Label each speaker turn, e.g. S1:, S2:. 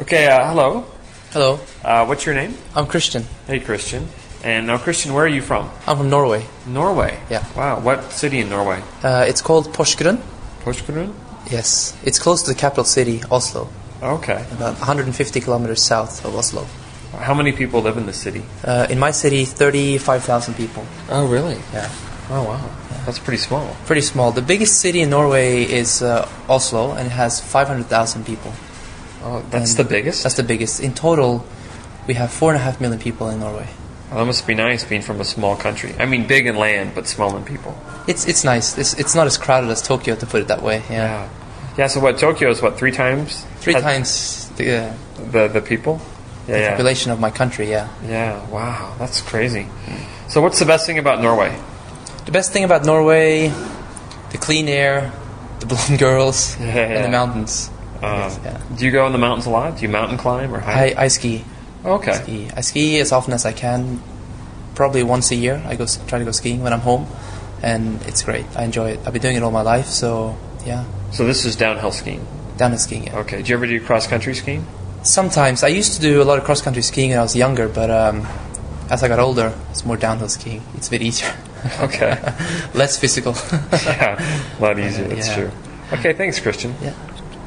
S1: Okay, uh, hello.
S2: Hello,
S1: Uh, what's your name?
S2: I'm Christian.
S1: Hey, Christian. And now, Christian, where are you from?
S2: I'm from Norway.
S1: Norway.
S2: Yeah.
S1: Wow. What city in Norway?
S2: Uh, it's called Porsgrunn.
S1: Porsgrunn.
S2: Yes, it's close to the capital city, Oslo,
S1: Okay.
S2: about 150 kilometers south of Oslo.
S1: How many people live in the city?
S2: Uh, in my city, 35,000 people.
S1: Oh, really?
S2: Yeah,
S1: Oh, wow. That's pretty small.
S2: pretty small. The biggest city in Norway is uh, Oslo, and it has 500,000 people.
S1: Oh, that's
S2: And
S1: the biggest.
S2: That's the biggest. In total, we have four and a half million people in Norway.
S1: Oh, that must be nice being from a small country. I mean, big in land, but small in people.
S2: It's it's nice. It's it's not as crowded as Tokyo, to put it that way. Yeah,
S1: Yeah. Yeah. So what? Tokyo is what three times?
S2: three
S1: has
S2: times the, uh,
S1: the the people.
S2: the
S1: Yeah. Yeah.
S2: population of my country. Yeah.
S1: yeah. Wow. That's crazy. So what's the best thing about Norway?
S2: The best thing about Norway, the clean air, the blonde girls,
S1: Yeah.
S2: and the mountains.
S1: Uh,
S2: yeah.
S1: Do you go in the mountains a lot? Do you mountain climb or hike?
S2: I, I ski.
S1: okay.
S2: ski. I ski as often as I can. Probably once a year, I go s- try to go skiing when I'm home, and it's great. I enjoy it. I've been doing it all my life, so yeah,
S1: So this is downhill skiing.
S2: down in skiing. Yeah.
S1: Okay. Do you ever do cross country skiing?
S2: Sometimes I used to do a lot of cross country skiing when I was younger, but um, as I got older, it's more downhill skiing. It's a bit easier,
S1: Okay.
S2: less physical.
S1: yeah. A lot easier. That's
S2: Yeah.
S1: true. Okay. Thanks, Christian.
S2: yeah.